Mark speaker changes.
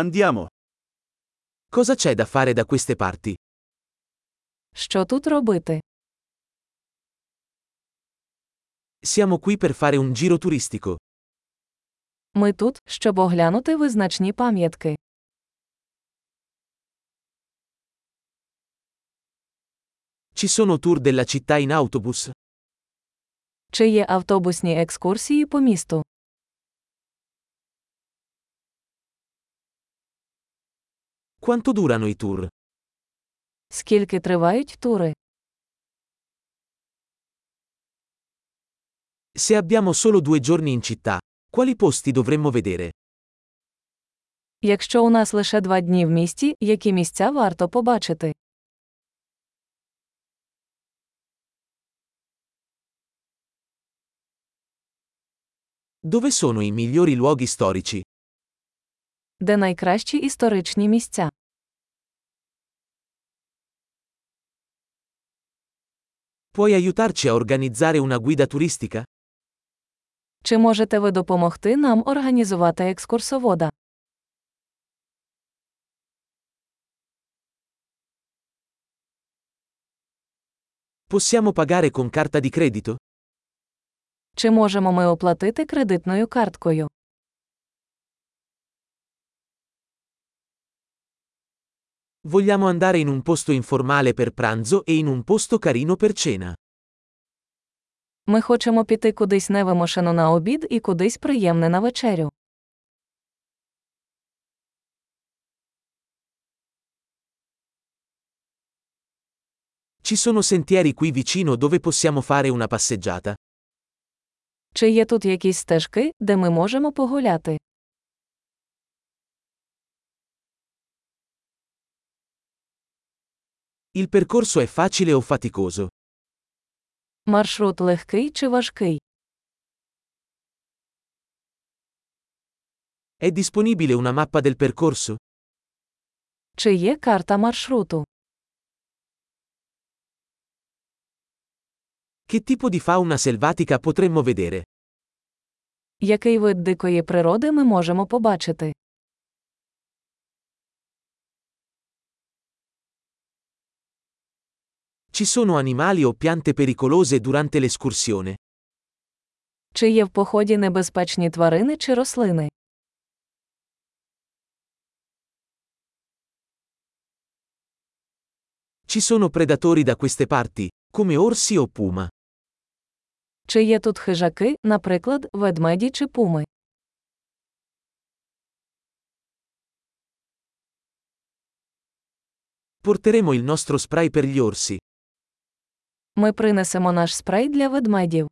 Speaker 1: Andiamo. Cosa c'è da fare da queste parti?
Speaker 2: Що тут робити?
Speaker 1: Siamo qui per fare un giro turistico.
Speaker 2: Ми тут, щоб оглянути визначні пам'ятки.
Speaker 1: Ci sono tour della città in autobus?
Speaker 2: Чи є автобусні екскурсії по місту?
Speaker 1: Quanto durano i tour?
Speaker 2: Скільки тривають тури?
Speaker 1: Se abbiamo solo due giorni in città, quali posti dovremmo vedere?
Speaker 2: Якщо у нас лише два дні в місті, які місця варто побачити?
Speaker 1: Dove sono i migliori luoghi storici?
Speaker 2: Де найкращі історичні місця?
Speaker 1: Puoi aiutarci a organizzare una guida turistica?
Speaker 2: Чи можете ви допомогти нам організувати екскурсовода?
Speaker 1: Possiamo pagare con carta di credito?
Speaker 2: Чи можемо ми оплатити кредитною карткою?
Speaker 1: Vogliamo andare in un posto informale per pranzo e in un posto carino per cena.
Speaker 2: Ми хочемо піти кудись невимушено на обід і кудись приємне на вечерю.
Speaker 1: Ci sono sentieri qui vicino dove possiamo fare una passeggiata.
Speaker 2: Чи є тут якісь стежки, де ми можемо погуляти?
Speaker 1: Il percorso è facile o faticoso?
Speaker 2: Маршрут легкий чи важкий?
Speaker 1: È disponibile una mappa del percorso?
Speaker 2: Чи є карта маршруту?
Speaker 1: Che tipo di fauna selvatica potremmo vedere?
Speaker 2: Який вид дикої природи ми можемо побачити?
Speaker 1: Ci sono animali o piante pericolose durante l'escursione?
Speaker 2: Чи є в поході небезпечні тварини чи рослини?
Speaker 1: Ci sono predatori da queste parti, come orsi o puma.
Speaker 2: Чи є тут хижаки, наприклад, ведмеді чи пуми?
Speaker 1: Porteremo il nostro spray per gli orsi.
Speaker 2: Ми принесемо наш спрей для ведмедів.